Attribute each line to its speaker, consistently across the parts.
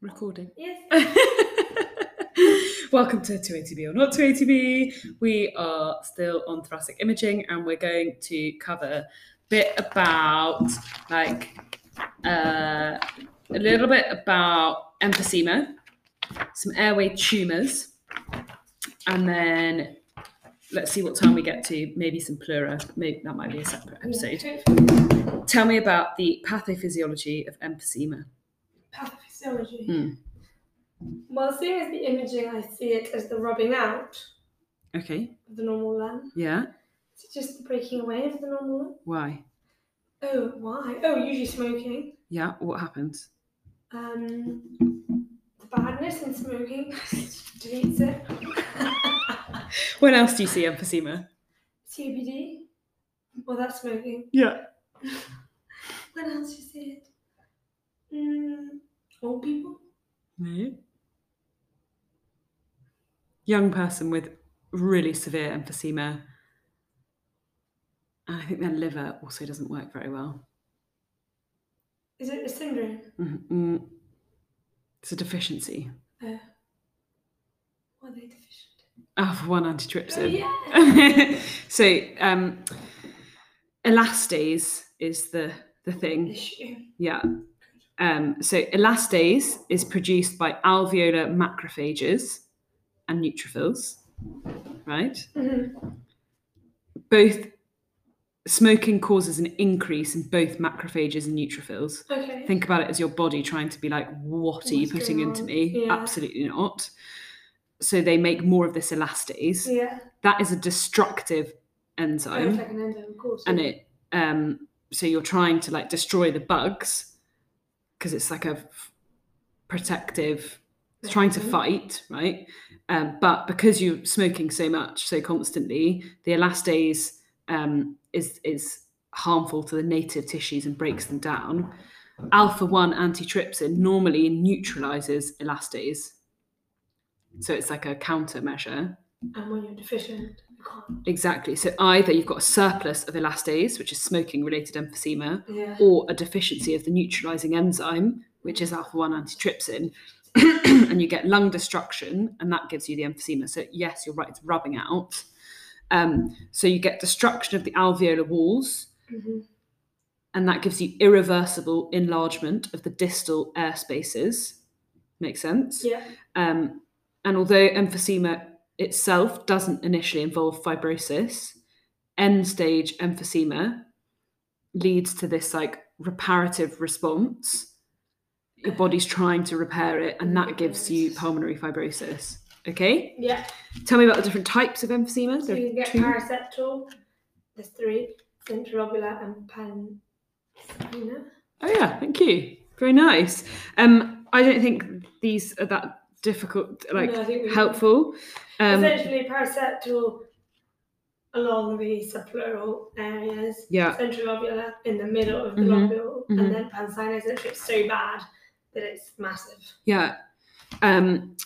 Speaker 1: Recording.
Speaker 2: Yes.
Speaker 1: Welcome to 280B or Not 280B. We are still on thoracic imaging and we're going to cover a bit about, like, uh, a little bit about emphysema, some airway tumours, and then let's see what time we get to, maybe some pleura. Maybe that might be a separate episode. Tell me about the pathophysiology of emphysema.
Speaker 2: Pathophysiology.
Speaker 1: Hmm.
Speaker 2: Well, seeing as the imaging, I see it as the rubbing out
Speaker 1: Okay.
Speaker 2: of the normal lung.
Speaker 1: Yeah.
Speaker 2: It's just the breaking away of the normal lung.
Speaker 1: Why?
Speaker 2: Oh, why? Oh, usually smoking.
Speaker 1: Yeah. What happens?
Speaker 2: Um, the badness in smoking deletes it.
Speaker 1: When else do you see emphysema?
Speaker 2: CBD. Well, that's smoking.
Speaker 1: Yeah.
Speaker 2: When else do you see it? Mm, old people.
Speaker 1: No. Young person with really severe emphysema. And I think their liver also doesn't work very well.
Speaker 2: Is it a syndrome?
Speaker 1: Mhm, mm. It's a deficiency.
Speaker 2: Uh, what are they deficient?
Speaker 1: Alpha 1
Speaker 2: Oh,
Speaker 1: antitrypsin.
Speaker 2: yeah.
Speaker 1: so, um, elastase is the, the thing.
Speaker 2: Issue.
Speaker 1: Yeah. Um, so elastase is produced by alveolar macrophages and neutrophils, right?
Speaker 2: Mhm.
Speaker 1: Both smoking causes an increase in both macrophages and neutrophils.
Speaker 2: Okay.
Speaker 1: Think about it as your body trying to be like, what are you
Speaker 2: What's
Speaker 1: putting
Speaker 2: going
Speaker 1: into
Speaker 2: on?
Speaker 1: me?
Speaker 2: Yeah.
Speaker 1: Absolutely not. So they make more of this elastase.
Speaker 2: Yeah.
Speaker 1: That is a destructive
Speaker 2: Oh, it's
Speaker 1: enzyme.
Speaker 2: like an enzyme, of course.
Speaker 1: and
Speaker 2: yeah.
Speaker 1: it um so you're trying to like destroy the bugs because it's like a f- protective it's trying to
Speaker 2: Mhm.
Speaker 1: fight right um, but because you're smoking so much so constantly the elastase um, is is harmful to the native tissues and breaks them down alpha 1 antitrypsin normally neutralizes elastase so it's like a countermeasure
Speaker 2: And when you're deficient, you can't.
Speaker 1: Exactly. So either you've got a surplus of elastase, which is smoking related emphysema,
Speaker 2: Yeah.
Speaker 1: or a deficiency of the neutralizing enzyme, which is alpha 1 antitrypsin, and you get lung destruction, and that gives you the emphysema. So, yes, you're right, it's rubbing out. Um, so, you get destruction of the alveolar walls,
Speaker 2: hmm
Speaker 1: and that gives you irreversible enlargement of the distal air spaces. Makes sense?
Speaker 2: Yeah.
Speaker 1: Um, and although emphysema itself doesn't initially involve fibrosis, end stage emphysema leads to this like reparative response. Your body's trying to repair it, and that gives you pulmonary fibrosis. Okay,
Speaker 2: Yeah.
Speaker 1: tell me about the different types of emphysema.
Speaker 2: So
Speaker 1: There
Speaker 2: you
Speaker 1: are
Speaker 2: get
Speaker 1: two.
Speaker 2: paraseptal. There's three. Centrobular and pancina.
Speaker 1: Oh yeah, thank you. Very nice. Um, I don't think these are that difficult, like
Speaker 2: No, I think we-
Speaker 1: helpful. Um,
Speaker 2: Essentially, paraseptal along the subpleural areas.
Speaker 1: yeah,
Speaker 2: Centrobular in the middle of the
Speaker 1: Mhm.
Speaker 2: lobule.
Speaker 1: Mhm.
Speaker 2: And then pancina is literally so bad that it's massive.
Speaker 1: Yeah. Um,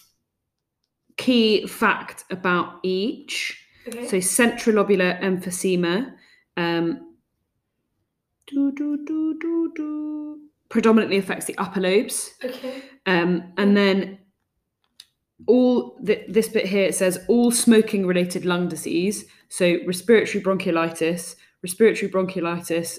Speaker 1: key fact about each.
Speaker 2: Okay.
Speaker 1: So centralobular emphysema. Um, do, do, do, do, do, predominantly affects the upper lobes.
Speaker 2: okay.
Speaker 1: Um, and then all th- this bit here it says all smoking related lung disease. So respiratory bronchiolitis, respiratory bronchiolitis,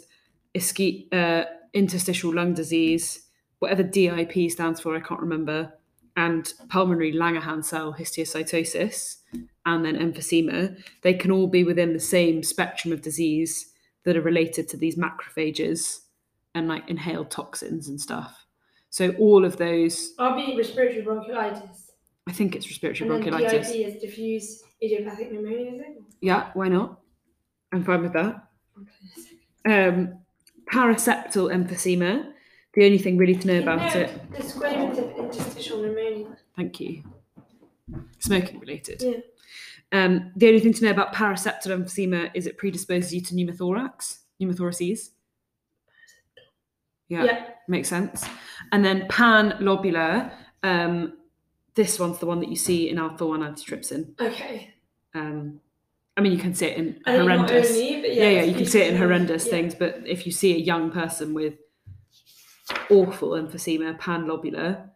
Speaker 1: ischi- uh, interstitial lung disease, whatever DIP stands for, I can't remember, and pulmonary Langerhans cell histiocytosis, and then emphysema. They can all be within the same spectrum of disease that are related to these macrophages and like inhaled toxins and stuff. So all of those,
Speaker 2: RB respiratory bronchiolitis.
Speaker 1: I think it's respiratory
Speaker 2: And then
Speaker 1: bronchiolitis.
Speaker 2: DIP is diffuse idiopathic pneumonia, is it?
Speaker 1: Yeah, why not? I'm fine with that.
Speaker 2: Okay.
Speaker 1: Um, paraseptal emphysema. The only thing really to know about
Speaker 2: No,
Speaker 1: it.
Speaker 2: Disclaimers of interstitial pneumonia.
Speaker 1: Thank you. Smoking related.
Speaker 2: Yeah.
Speaker 1: Um, the only thing to know about paraseptal emphysema is it predisposes you to pneumothorax, pneumothoraces. Yeah,
Speaker 2: Yeah.
Speaker 1: makes sense. And then panlobular. Um, this one's the one that you see in alpha one antitrypsin.
Speaker 2: Okay.
Speaker 1: Um, I mean, you can see it in
Speaker 2: I think not
Speaker 1: horrendous.
Speaker 2: only, but
Speaker 1: yeah, yeah,
Speaker 2: it's
Speaker 1: you can see it in
Speaker 2: interstitial.
Speaker 1: horrendous
Speaker 2: Yeah.
Speaker 1: things, but if you see a young person with awful emphysema, panlobular,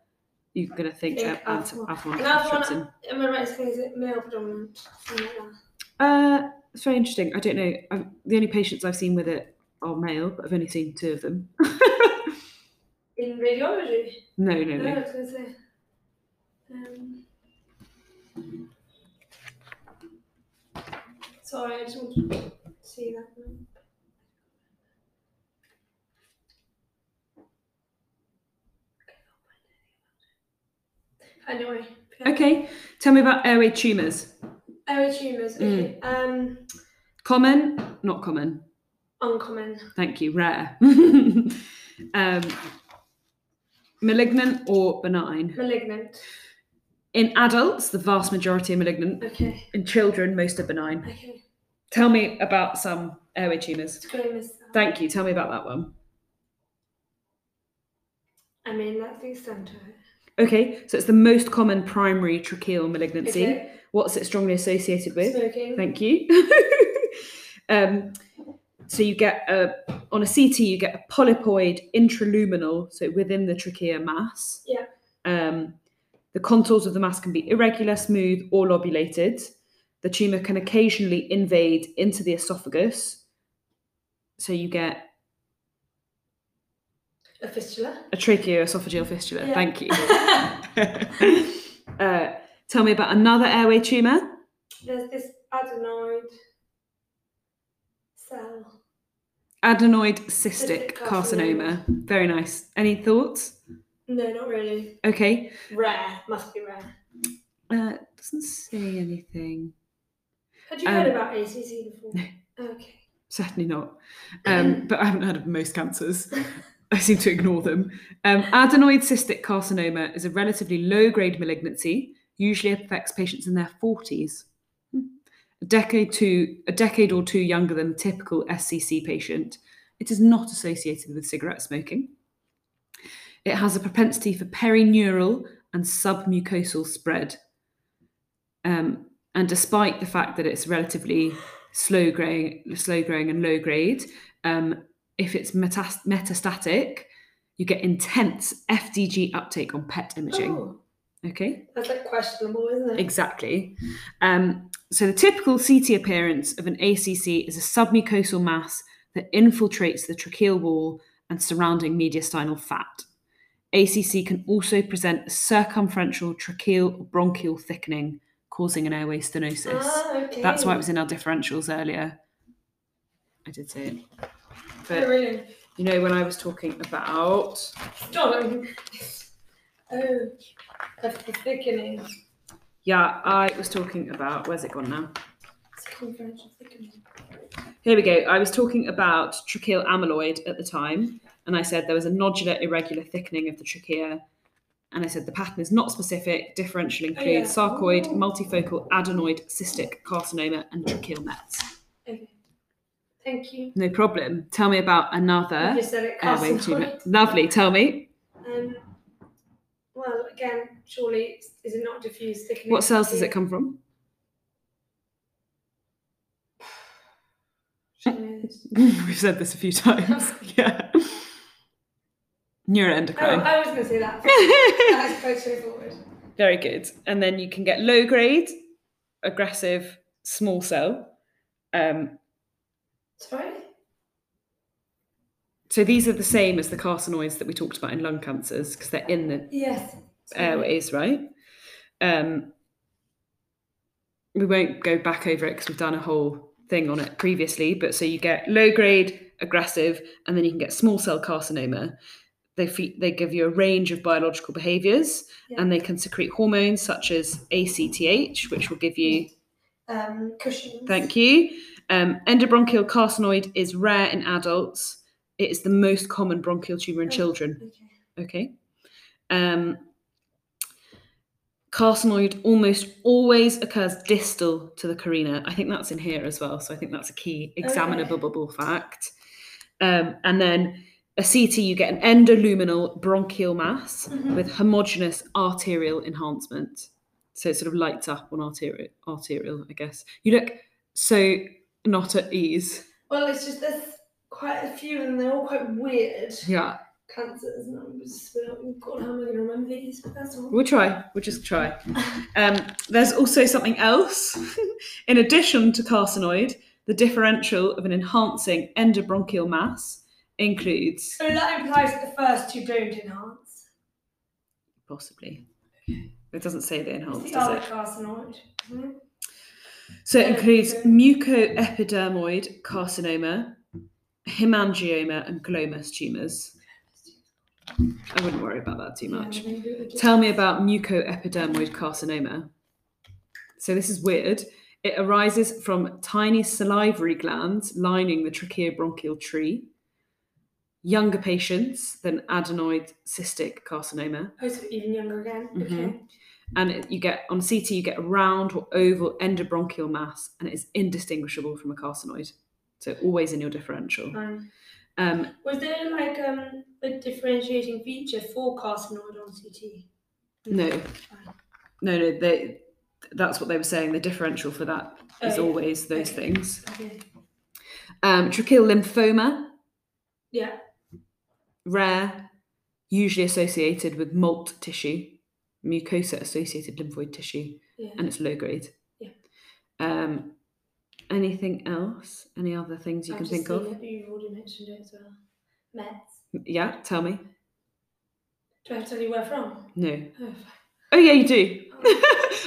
Speaker 1: you're going to think
Speaker 2: Think
Speaker 1: uh,
Speaker 2: alcohol.
Speaker 1: alcohol
Speaker 2: And alcohol-
Speaker 1: trips in.
Speaker 2: Am I right to say is it male predominant? Something like that.
Speaker 1: Uh, it's very interesting. I don't know. I've, the only patients I've seen with it are male, but I've only seen two of them.
Speaker 2: In radiology?
Speaker 1: no, no,
Speaker 2: No, I
Speaker 1: no.
Speaker 2: was going to say. Um, sorry, I just want to see that one. Anyway,
Speaker 1: Okay, tell me about airway tumours.
Speaker 2: airway tumours.
Speaker 1: Mm.
Speaker 2: Okay. Um,
Speaker 1: Common, not common.
Speaker 2: uncommon.
Speaker 1: Thank you. Rare. um, malignant or benign.
Speaker 2: Malignant.
Speaker 1: In adults, the vast majority are malignant.
Speaker 2: Okay.
Speaker 1: In children, most are benign.
Speaker 2: Okay.
Speaker 1: Tell me about some airway tumours.
Speaker 2: It's going to miss that.
Speaker 1: Thank you. Tell me about that one.
Speaker 2: I mean, that's the extent of it.
Speaker 1: Okay, so it's the most common primary tracheal malignancy.
Speaker 2: Okay.
Speaker 1: What's it strongly associated with?
Speaker 2: Smoking.
Speaker 1: Thank you. um, so you get a on a CT, you get a polypoid intraluminal, so within the trachea mass.
Speaker 2: Yeah.
Speaker 1: Um, the contours of the mass can be irregular, smooth, or lobulated. The tumor can occasionally invade into the esophagus, so you get
Speaker 2: A fistula.
Speaker 1: a tracheoesophageal fistula.
Speaker 2: Yeah.
Speaker 1: Thank you. uh, tell me about another airway tumor.
Speaker 2: There's this adenoid cell.
Speaker 1: Adenoid cystic
Speaker 2: Cystic
Speaker 1: carcinoma.
Speaker 2: carcinoma.
Speaker 1: Very nice. Any thoughts?
Speaker 2: No, not really.
Speaker 1: Okay.
Speaker 2: Rare. Must be rare.
Speaker 1: Uh, doesn't say anything.
Speaker 2: Had you
Speaker 1: Um,
Speaker 2: heard about ACC before? Okay.
Speaker 1: Certainly not. Um, but I haven't heard of most cancers. I seem to ignore them. Um, adenoid cystic carcinoma is a relatively low grade malignancy, usually affects patients in their 40s. A decade, to, a decade or two younger than the typical SCC patient. It is not associated with cigarette smoking. It has a propensity for perineural and submucosal spread. Um, and despite the fact that it's relatively slow growing, slow growing and low grade, um, if it's metas- metastatic, you get intense FDG uptake on PET imaging.
Speaker 2: Oh,
Speaker 1: Okay.
Speaker 2: that's like questionable, isn't it?
Speaker 1: Exactly. Um, so the typical CT appearance of an ACC is a submucosal mass that infiltrates the tracheal wall and surrounding mediastinal fat. ACC can also present circumferential tracheal or bronchial thickening, causing an airway stenosis.
Speaker 2: Ah, okay.
Speaker 1: That's why it was in our differentials earlier. I did say it.
Speaker 2: Oh,
Speaker 1: But
Speaker 2: really?
Speaker 1: you know, when I was talking about
Speaker 2: Don't. Oh, that's the thickening.
Speaker 1: yeah, I was talking about where's it gone now?
Speaker 2: It's confidential thickening.
Speaker 1: Here we go. I was talking about tracheal amyloid at the time, and I said there was a nodular irregular thickening of the trachea. And I said the pattern is not specific, differential includes
Speaker 2: yeah.
Speaker 1: sarcoid,
Speaker 2: Ooh.
Speaker 1: multifocal, adenoid, cystic carcinoma, and tracheal mets.
Speaker 2: Okay. Thank you.
Speaker 1: No problem. Tell me about
Speaker 2: You
Speaker 1: another
Speaker 2: just said it
Speaker 1: Uh, airway
Speaker 2: carcinoid.
Speaker 1: tumour. Lovely. Tell me.
Speaker 2: Um, well, again, surely is it not diffuse thickening?
Speaker 1: What cells does it come from?
Speaker 2: She knows.
Speaker 1: We've said this a few times. yeah.
Speaker 2: Oh,
Speaker 1: Neuroendocrine.
Speaker 2: I was going to say that. That's quite straightforward.
Speaker 1: Very good. And then you can get low grade, aggressive, small cell. Um,
Speaker 2: Sorry?
Speaker 1: so these are the same as the carcinoids that we talked about in lung cancers because they're in the
Speaker 2: Yes. Sorry.
Speaker 1: airways, right? Um, we won't go back over it because we've done a whole thing on it previously. But so you get low grade, aggressive, and then you can get small cell carcinoma. They fe- they give you a range of biological behaviours,
Speaker 2: Yeah.
Speaker 1: and they can secrete hormones such as ACTH, which will give you
Speaker 2: Um, cushions.
Speaker 1: Thank you. Um, endobronchial carcinoid is rare in adults. It is the most common bronchial tumour in
Speaker 2: Oh.
Speaker 1: children.
Speaker 2: Okay.
Speaker 1: Okay. Um, carcinoid almost always occurs distal to the carina. I think that's in here as well. So I think that's a key examinable fact. Um, and then a CT, you get an endoluminal bronchial mass
Speaker 2: Mhm.
Speaker 1: with homogeneous arterial enhancement. So it sort of lights up on arterial, arterial, I guess. You look so not at ease.
Speaker 2: Well, it's just there's quite a few and they're all quite weird.
Speaker 1: Yeah.
Speaker 2: cancers, and I'm just about, oh God, how am I going to remember these? But that's all.
Speaker 1: We'll try. We'll just try. Um, there's also something else. In addition to carcinoid, the differential of an enhancing endobronchial mass includes
Speaker 2: So that implies that the first two don't enhance.
Speaker 1: possibly. It doesn't say the enhanced,
Speaker 2: It's the
Speaker 1: does
Speaker 2: other
Speaker 1: it?
Speaker 2: carcinoid. Mhm.
Speaker 1: So it includes mucoepidermoid carcinoma, hemangioma, and glomus tumours. I wouldn't worry about that too much.
Speaker 2: Yeah, maybe we just-
Speaker 1: Tell me about mucoepidermoid carcinoma. So this is weird. It arises from tiny salivary glands lining the tracheobronchial tree. Younger patients than adenoid cystic carcinoma,
Speaker 2: Oh, so even younger again. Okay.
Speaker 1: Mhm. and it- you get on CT you get a round or oval endobronchial mass, and it is indistinguishable from a carcinoid. So always in your differential.
Speaker 2: Fine.
Speaker 1: Um,
Speaker 2: Was there like um, a differentiating feature for carcinoid on CT?
Speaker 1: no, no, no. They, that's what they were saying. The differential for that
Speaker 2: Oh,
Speaker 1: is
Speaker 2: yeah.
Speaker 1: always those
Speaker 2: Okay.
Speaker 1: things.
Speaker 2: Okay.
Speaker 1: Um, tracheal lymphoma,
Speaker 2: Yeah.
Speaker 1: rare, usually associated with malt tissue, mucosa associated lymphoid tissue,
Speaker 2: Yeah.
Speaker 1: and it's low grade.
Speaker 2: Yeah.
Speaker 1: Um, anything else? Any other things you
Speaker 2: I've
Speaker 1: can
Speaker 2: just
Speaker 1: think
Speaker 2: seen
Speaker 1: of?
Speaker 2: It, but you've already mentioned it as well. Mets.
Speaker 1: Yeah, tell me.
Speaker 2: Do I have to tell you where from?
Speaker 1: No.
Speaker 2: Oh,
Speaker 1: Oh, yeah, you do.
Speaker 2: fine.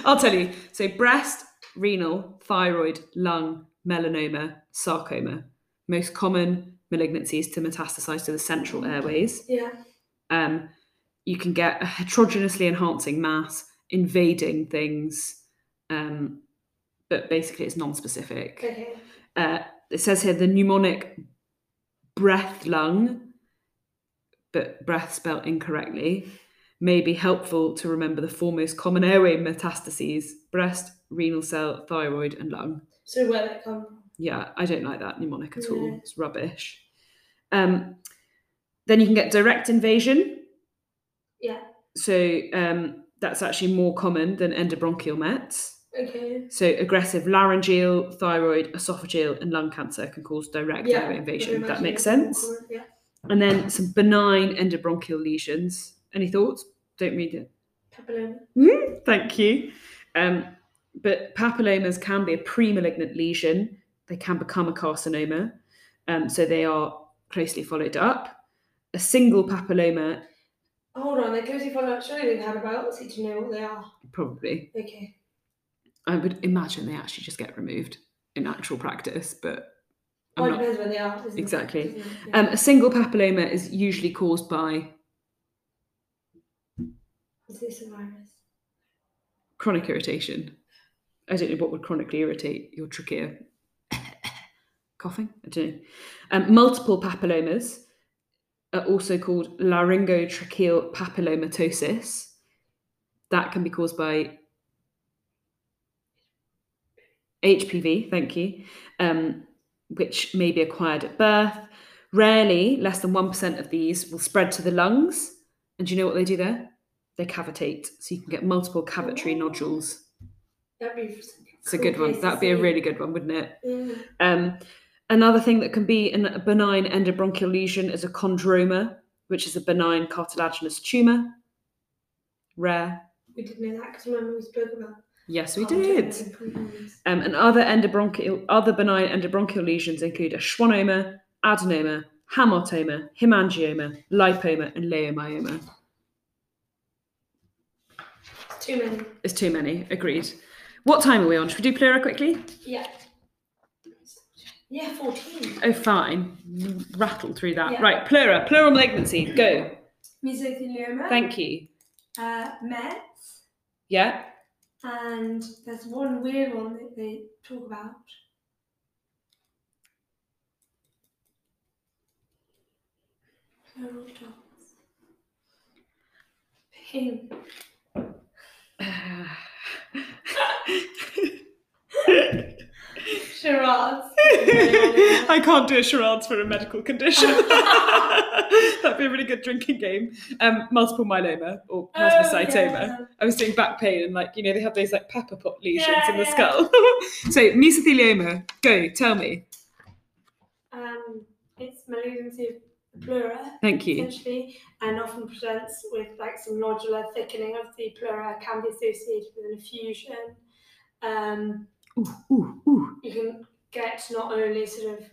Speaker 1: I'll tell you. So, breast, renal, thyroid, lung, melanoma, sarcoma. Most common malignancies to metastasize to the central airways.
Speaker 2: yeah.
Speaker 1: um, you can get a heterogeneously enhancing mass invading things um, but basically it's non-specific
Speaker 2: Okay.
Speaker 1: uh, it says here the mnemonic breath lung but breath spelled incorrectly may be helpful to remember the four most common airway metastases breast renal cell thyroid and lung
Speaker 2: So where that come from?
Speaker 1: yeah, I don't like that mnemonic at
Speaker 2: No.
Speaker 1: all. It's rubbish. Um, then you can get direct invasion.
Speaker 2: Yeah.
Speaker 1: So um, that's actually more common than endobronchial mets.
Speaker 2: Okay.
Speaker 1: So aggressive laryngeal, thyroid, esophageal, and lung cancer can cause direct
Speaker 2: Yeah,
Speaker 1: airway invasion.
Speaker 2: Very much
Speaker 1: That makes
Speaker 2: in the
Speaker 1: sense.
Speaker 2: corner, Yeah.
Speaker 1: And then some benign endobronchial lesions. Any thoughts? Don't read it.
Speaker 2: Papilloma.
Speaker 1: Thank you. Um, but papillomas can be a pre-malignant lesion. They can become a carcinoma, um, so they are closely followed up. A single papilloma,
Speaker 2: Hold on, they're closely followed up. Surely they've had about so to know what they are.
Speaker 1: probably.
Speaker 2: Okay.
Speaker 1: I would imagine they actually just get removed in actual practice, but I'm
Speaker 2: well, it
Speaker 1: not-
Speaker 2: depends when they are. Doesn't
Speaker 1: Exactly.
Speaker 2: It? Doesn't it? Yeah.
Speaker 1: Um, a single papilloma is usually caused by
Speaker 2: Is this a virus?
Speaker 1: chronic irritation. I don't know what would chronically irritate your trachea. Coughing? I don't know. Um, multiple papillomas are also called laryngotracheal papillomatosis. That can be caused by HPV, thank you, um, which may be acquired at birth. Rarely, less than 1% of these will spread to the lungs. And do you know what they do there? They cavitate. So you can get multiple cavitary nodules.
Speaker 2: That'd be interesting.
Speaker 1: It's a good one. That'd be a really good one, wouldn't it?
Speaker 2: Yeah.
Speaker 1: Um, another thing that can be an, a benign endobronchial lesion is a chondroma, which is a benign cartilaginous tumour. Rare.
Speaker 2: We did know that because remember we spoke about.
Speaker 1: Yes, we
Speaker 2: contact
Speaker 1: did.
Speaker 2: and problems.
Speaker 1: Um, and other endobronchial, other benign endobronchial lesions include a schwannoma, adenoma, hamartoma, hemangioma, lipoma, and leiomyoma.
Speaker 2: It's too many.
Speaker 1: There's too many. Agreed. What time are we on? Should we do pleura quickly?
Speaker 2: Yeah. Yeah, fourteen.
Speaker 1: Oh, fine. Rattle through that.
Speaker 2: Yeah.
Speaker 1: Right, pleura, pleural malignancy. Go.
Speaker 2: Mesothelioma.
Speaker 1: Thank you.
Speaker 2: Uh, Mets.
Speaker 1: Yeah.
Speaker 2: And there's one weird one that they talk about. Plural dots. Pain. Charades.
Speaker 1: I can't do a charades for a medical condition. That'd be a really good drinking game. Um, multiple myeloma or
Speaker 2: Oh,
Speaker 1: multiple myeloma. I was doing back pain and like you know they have those like pepper pot lesions
Speaker 2: Yeah,
Speaker 1: in the
Speaker 2: yeah.
Speaker 1: skull. so mesothelioma, go tell me.
Speaker 2: Um, it's malignancy of the pleura
Speaker 1: Thank you.
Speaker 2: essentially, and often presents with like some nodular thickening of the pleura, can be associated with an effusion. Um,
Speaker 1: Ooh, ooh, ooh.
Speaker 2: you can get not only sort of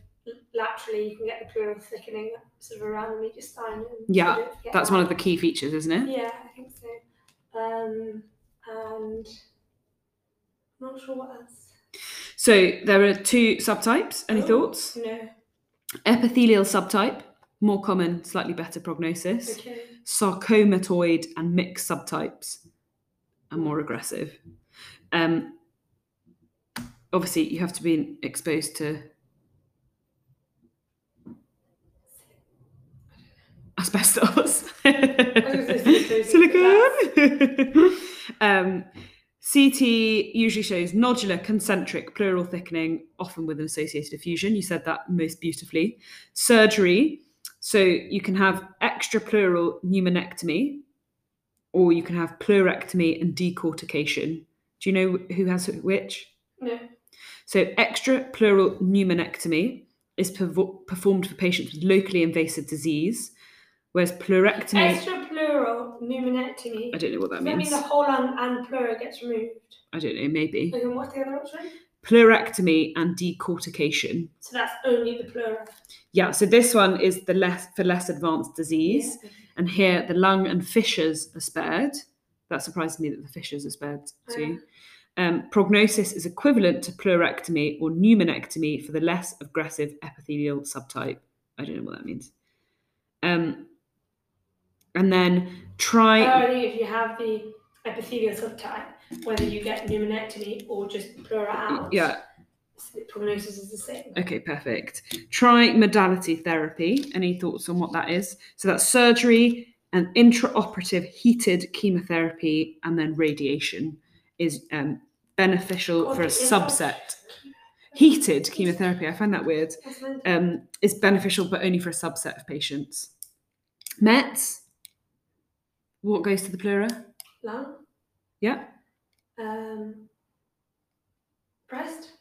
Speaker 2: laterally, you can get the pleural thickening sort of around the mediastinum.
Speaker 1: Yeah,
Speaker 2: You don't get
Speaker 1: That's
Speaker 2: that.
Speaker 1: one of the key features, isn't it?
Speaker 2: Yeah, I think so. Um, and I'm not sure what else.
Speaker 1: So there are two subtypes. Any
Speaker 2: Oh,
Speaker 1: thoughts?
Speaker 2: No.
Speaker 1: Epithelial subtype, more common, slightly better prognosis.
Speaker 2: Okay.
Speaker 1: Sarcomatoid and mixed subtypes are more aggressive. Um, obviously, you have to be exposed to asbestos,
Speaker 2: gonna say silicone,
Speaker 1: silicone. um, CT usually shows nodular, concentric, pleural thickening, often with an associated effusion. You said that most beautifully. Surgery. So you can have extrapleural pneumonectomy, or you can have pleurectomy and decortication. Do you know who has which?
Speaker 2: No.
Speaker 1: So, extrapleural pneumonectomy is pervo- performed for patients with locally invasive disease, whereas pleurectomy.
Speaker 2: Extra pleural pneumonectomy.
Speaker 1: I don't know what that
Speaker 2: Does that mean
Speaker 1: means.
Speaker 2: the whole lung and pleura gets removed?
Speaker 1: I don't know, maybe.
Speaker 2: Okay, and what's the other option?
Speaker 1: Pleurectomy and decortication.
Speaker 2: So that's only the pleura.
Speaker 1: Yeah, so this one is the less for less advanced disease,
Speaker 2: Yeah.
Speaker 1: and here the lung and fissures are spared. That surprised me that the fissures are spared too. Um, prognosis is equivalent to pleurectomy or pneumonectomy for the less aggressive epithelial subtype. I don't know what that means. Um, and then try.
Speaker 2: Only if you have the epithelial subtype, whether you get pneumonectomy or just pleura out.
Speaker 1: yeah.
Speaker 2: So the prognosis is the same.
Speaker 1: Okay. Perfect. Try modality therapy. Any thoughts on what that is? So that's surgery and intraoperative heated chemotherapy, and then radiation is um, beneficial for a
Speaker 2: God, is that-
Speaker 1: subset. Heated chemotherapy. I find that weird.
Speaker 2: That's mental.
Speaker 1: um, is beneficial, but only for a subset of patients. Mets, what goes to the pleura?
Speaker 2: Lung.
Speaker 1: Yeah,
Speaker 2: Um, breast.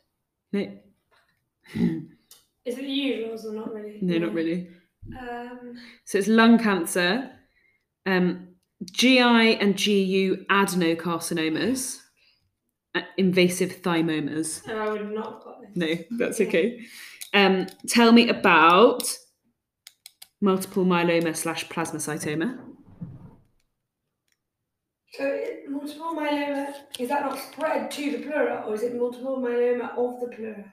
Speaker 1: no,
Speaker 2: Is it the usuals or not really?
Speaker 1: no, not really.
Speaker 2: Um,
Speaker 1: So it's lung cancer, um, GI and GU adenocarcinomas, uh, invasive thymomas.
Speaker 2: and I would not have got this.
Speaker 1: No, that's
Speaker 2: Yeah.
Speaker 1: okay. Um, tell me about multiple myeloma slash plasmacytoma.
Speaker 2: So it, multiple myeloma is that not spread to the pleura, or is it multiple myeloma of the pleura?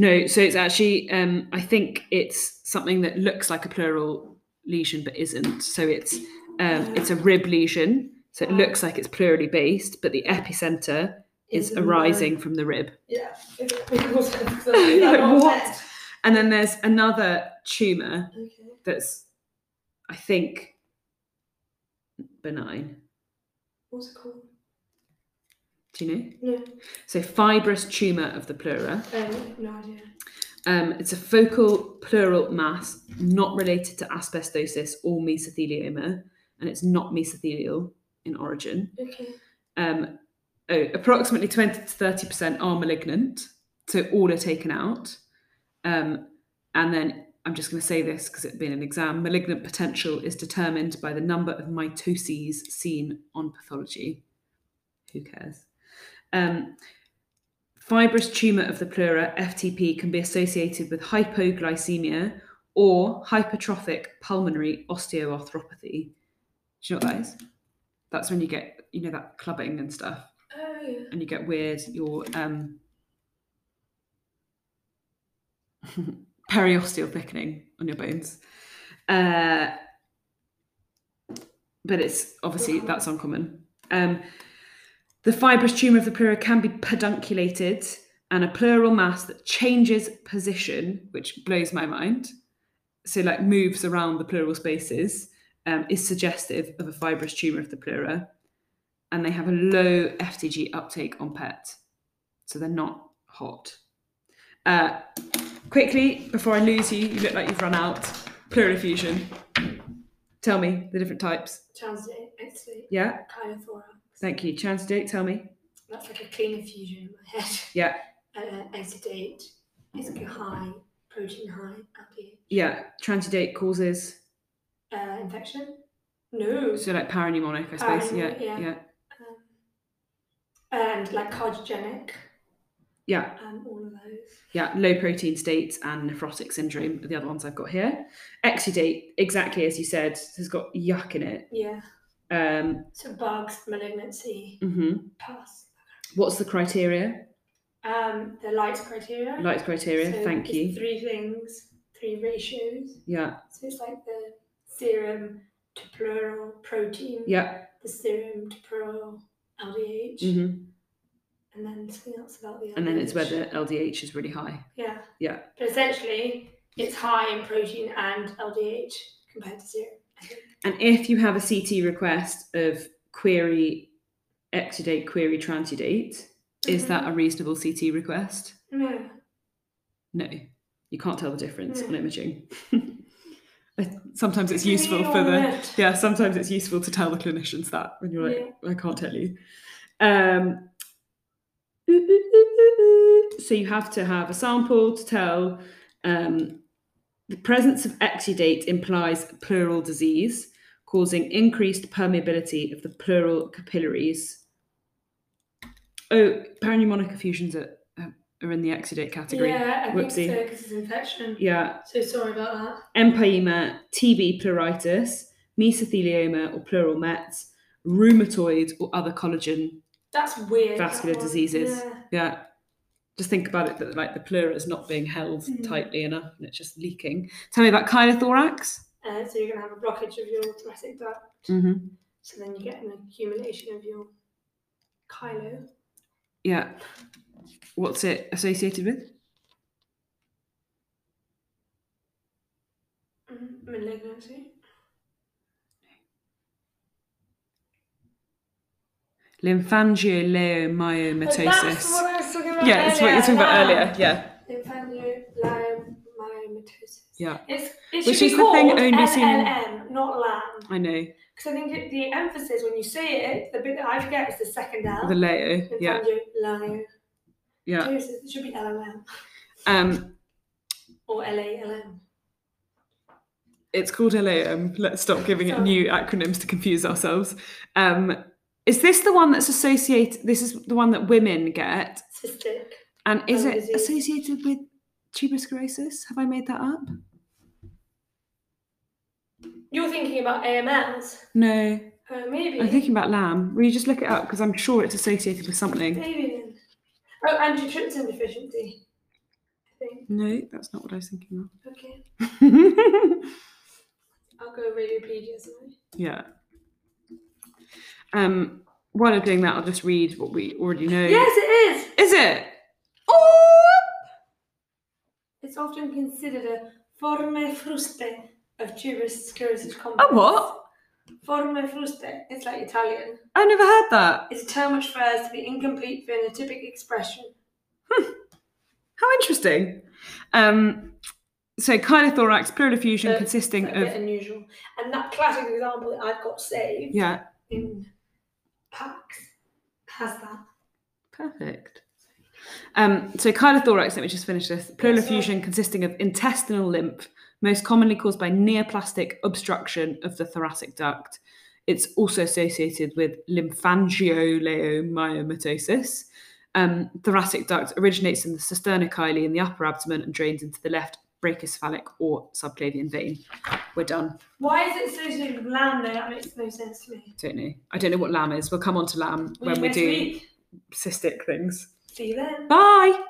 Speaker 1: No, so it's actually um, I think it's something that looks like a pleural lesion but isn't. So it's um, it's a rib lesion, so it
Speaker 2: Ah.
Speaker 1: looks like it's pleurally based, but the epicenter is
Speaker 2: the
Speaker 1: arising
Speaker 2: lung-
Speaker 1: from the rib.
Speaker 2: Yeah. It makes more sense.
Speaker 1: Like,
Speaker 2: Not
Speaker 1: what?
Speaker 2: bad.
Speaker 1: And then there's another tumor
Speaker 2: Okay.
Speaker 1: that's I think benign.
Speaker 2: What's it called?
Speaker 1: Do you know?
Speaker 2: No.
Speaker 1: So fibrous tumor of the pleura.
Speaker 2: Um, no idea.
Speaker 1: Um, it's a focal pleural mass not related to asbestosis or mesothelioma, and it's not mesothelial in origin.
Speaker 2: Okay.
Speaker 1: Um, oh, approximately 20 to 30% are malignant, so all are taken out. Um, and then I'm just going to say this because it's been an exam malignant potential is determined by the number of mitoses seen on pathology. Who cares? Um, fibrous tumour of the pleura, FTP, can be associated with hypoglycemia or hypertrophic pulmonary osteoarthropathy. Do you know what that is? That's when you get, you know, that clubbing and stuff,
Speaker 2: Oh yeah.
Speaker 1: and you get weird, your um, periosteal thickening on your bones. Uh, but it's obviously that's uncommon. Um, the fibrous tumour of the pleura can be pedunculated and a pleural mass that changes position, which blows my mind. So, like, moves around the pleural spaces, um, is suggestive of a fibrous tumour of the pleura. And they have a low FTG uptake on PET. So, they're not hot. Uh, quickly, before I lose you, you look like you've run out. Pleural effusion. Tell me the different types.
Speaker 2: Translate. Exlate.
Speaker 1: Yeah,
Speaker 2: Cryothorax.
Speaker 1: thank you. Chance Jake, tell me.
Speaker 2: That's like a clean effusion in my head.
Speaker 1: Yeah.
Speaker 2: Uh, exudate. It's high. protein high at pH.
Speaker 1: Yeah, transudate causes
Speaker 2: Uh, infection? No.
Speaker 1: so like paraneumotic, I suppose. Yeah,
Speaker 2: Paraneumonia,
Speaker 1: yeah,
Speaker 2: yeah.
Speaker 1: yeah,
Speaker 2: Um, and like carcinogenic,
Speaker 1: yeah,
Speaker 2: um, all of those.
Speaker 1: Low protein states and nephrotic syndrome are the other ones I've got here. Exudate, exactly as you said, has got yuck in it.
Speaker 2: Yeah.
Speaker 1: Um,
Speaker 2: So bugs, malignancy,
Speaker 1: mhm.
Speaker 2: pus.
Speaker 1: What's the criteria?
Speaker 2: Um, the lights criteria.
Speaker 1: Lights criteria.
Speaker 2: So
Speaker 1: Thank
Speaker 2: it's
Speaker 1: you.
Speaker 2: Three things, three ratios.
Speaker 1: yeah,
Speaker 2: So it's like the serum to pleural protein,
Speaker 1: yeah.
Speaker 2: the serum to pleural LDH,
Speaker 1: hmm
Speaker 2: and then something else about the LDH.
Speaker 1: And then it's where the LDH is really high.
Speaker 2: yeah
Speaker 1: Yeah.
Speaker 2: But essentially, it's high in protein and LDH compared to serum. I think.
Speaker 1: And if you have a CT request of query exudate, query transudate, is
Speaker 2: Mhm.
Speaker 1: that a reasonable CT request?
Speaker 2: No.
Speaker 1: No, you can't tell the difference on
Speaker 2: No.
Speaker 1: imaging. I- sometimes it's
Speaker 2: Really
Speaker 1: useful for the
Speaker 2: omelette.
Speaker 1: yeah. Sometimes it's useful to tell the clinicians that when you're like, I can't tell you. Um, so you have to have a sample to tell. Um, the presence of exudate implies pleural disease, causing increased permeability of the pleural capillaries. Oh, paraneumonic effusions are, are in the exudate category.
Speaker 2: Yeah, I
Speaker 1: Whoopsie.
Speaker 2: think so because it's infection.
Speaker 1: yeah.
Speaker 2: So sorry about that.
Speaker 1: empyema, TB pleuritis, mesothelioma or pleural mets, rheumatoid or other collagen.
Speaker 2: That's weird. that
Speaker 1: Vascular
Speaker 2: one.
Speaker 1: diseases.
Speaker 2: Yeah.
Speaker 1: Yeah. Just think about it that like the pleura is not being held
Speaker 2: Mhm.
Speaker 1: tightly enough and it's just leaking. Tell me about chylothorax.
Speaker 2: Uh, so you're gonna have a blockage of your thoracic duct.
Speaker 1: Mm-hmm.
Speaker 2: So then you get an accumulation of your chylo.
Speaker 1: Yeah. What's it associated with?
Speaker 2: Mm, malignancy. Oh, That's
Speaker 1: Lymphangioleuomyomatosis.
Speaker 2: what I was talking about
Speaker 1: yeah, it's what you're talking about earlier. Yeah.
Speaker 2: Lymphangiomyomatosis.
Speaker 1: Yeah.
Speaker 2: It's, it should
Speaker 1: Which
Speaker 2: be
Speaker 1: is the thing
Speaker 2: called
Speaker 1: only seen-
Speaker 2: LLM, not LAM.
Speaker 1: I know.
Speaker 2: Because I think it, the emphasis when you say it, the bit that I forget is the second L.
Speaker 1: The Leo. Yeah.
Speaker 2: Lymphangiomyomatosis.
Speaker 1: Yeah.
Speaker 2: It should be LLM
Speaker 1: Um
Speaker 2: or LALM.
Speaker 1: It's called LAM. Let's stop giving it
Speaker 2: Sorry.
Speaker 1: new acronyms to confuse ourselves. Um, is this the one that's associated? This is the one that women get,
Speaker 2: Cystic.
Speaker 1: and Oh, is
Speaker 2: Lung
Speaker 1: it
Speaker 2: disease.
Speaker 1: associated with tuberculosis? Have I made that up?
Speaker 2: You're thinking about AMLs.
Speaker 1: No,
Speaker 2: Uh, maybe.
Speaker 1: I'm thinking about lamb. Will you just look it up because I'm sure it's associated with something.
Speaker 2: Maybe then. Oh, antitrypsin deficiency. I think.
Speaker 1: No, that's not what I was thinking
Speaker 2: Okay.
Speaker 1: of.
Speaker 2: I'll go Radiopedia. sorry.
Speaker 1: yeah. Um, while I'm doing that, I'll just read what we already know.
Speaker 2: Yes, it is.
Speaker 1: Is it? Oh,
Speaker 2: It's often considered a forme fruste of tuberculosis complex.
Speaker 1: a what?
Speaker 2: Forme fruste. It's like Italian.
Speaker 1: I never heard that.
Speaker 2: It's a term which refers to the incomplete phenotypic expression.
Speaker 1: How interesting. Um, so chylothorax, pleural effusion
Speaker 2: Uh,
Speaker 1: consisting
Speaker 2: It's a bit
Speaker 1: of
Speaker 2: unusual. And that classic example that I've got saved
Speaker 1: yeah,
Speaker 2: in PAX has that.
Speaker 1: perfect. Um, so chylothorax. Let me just finish this. Pleural
Speaker 2: Yeah, sorry.
Speaker 1: effusion consisting of intestinal lymph, most commonly caused by neoplastic obstruction of the thoracic duct. It's also associated with lymphangioleuomyomatosis. Um, thoracic duct originates in the cisternocyli in the upper abdomen and drains into the left brachycephalic or subclavian vein. We're done.
Speaker 2: Why is it associated with lamb though? That makes no sense to me.
Speaker 1: don't know. I don't know what lamb is. We'll come on to lamb
Speaker 2: We'll
Speaker 1: when we
Speaker 2: next
Speaker 1: do
Speaker 2: week.
Speaker 1: cystic things.
Speaker 2: See you then.
Speaker 1: Bye.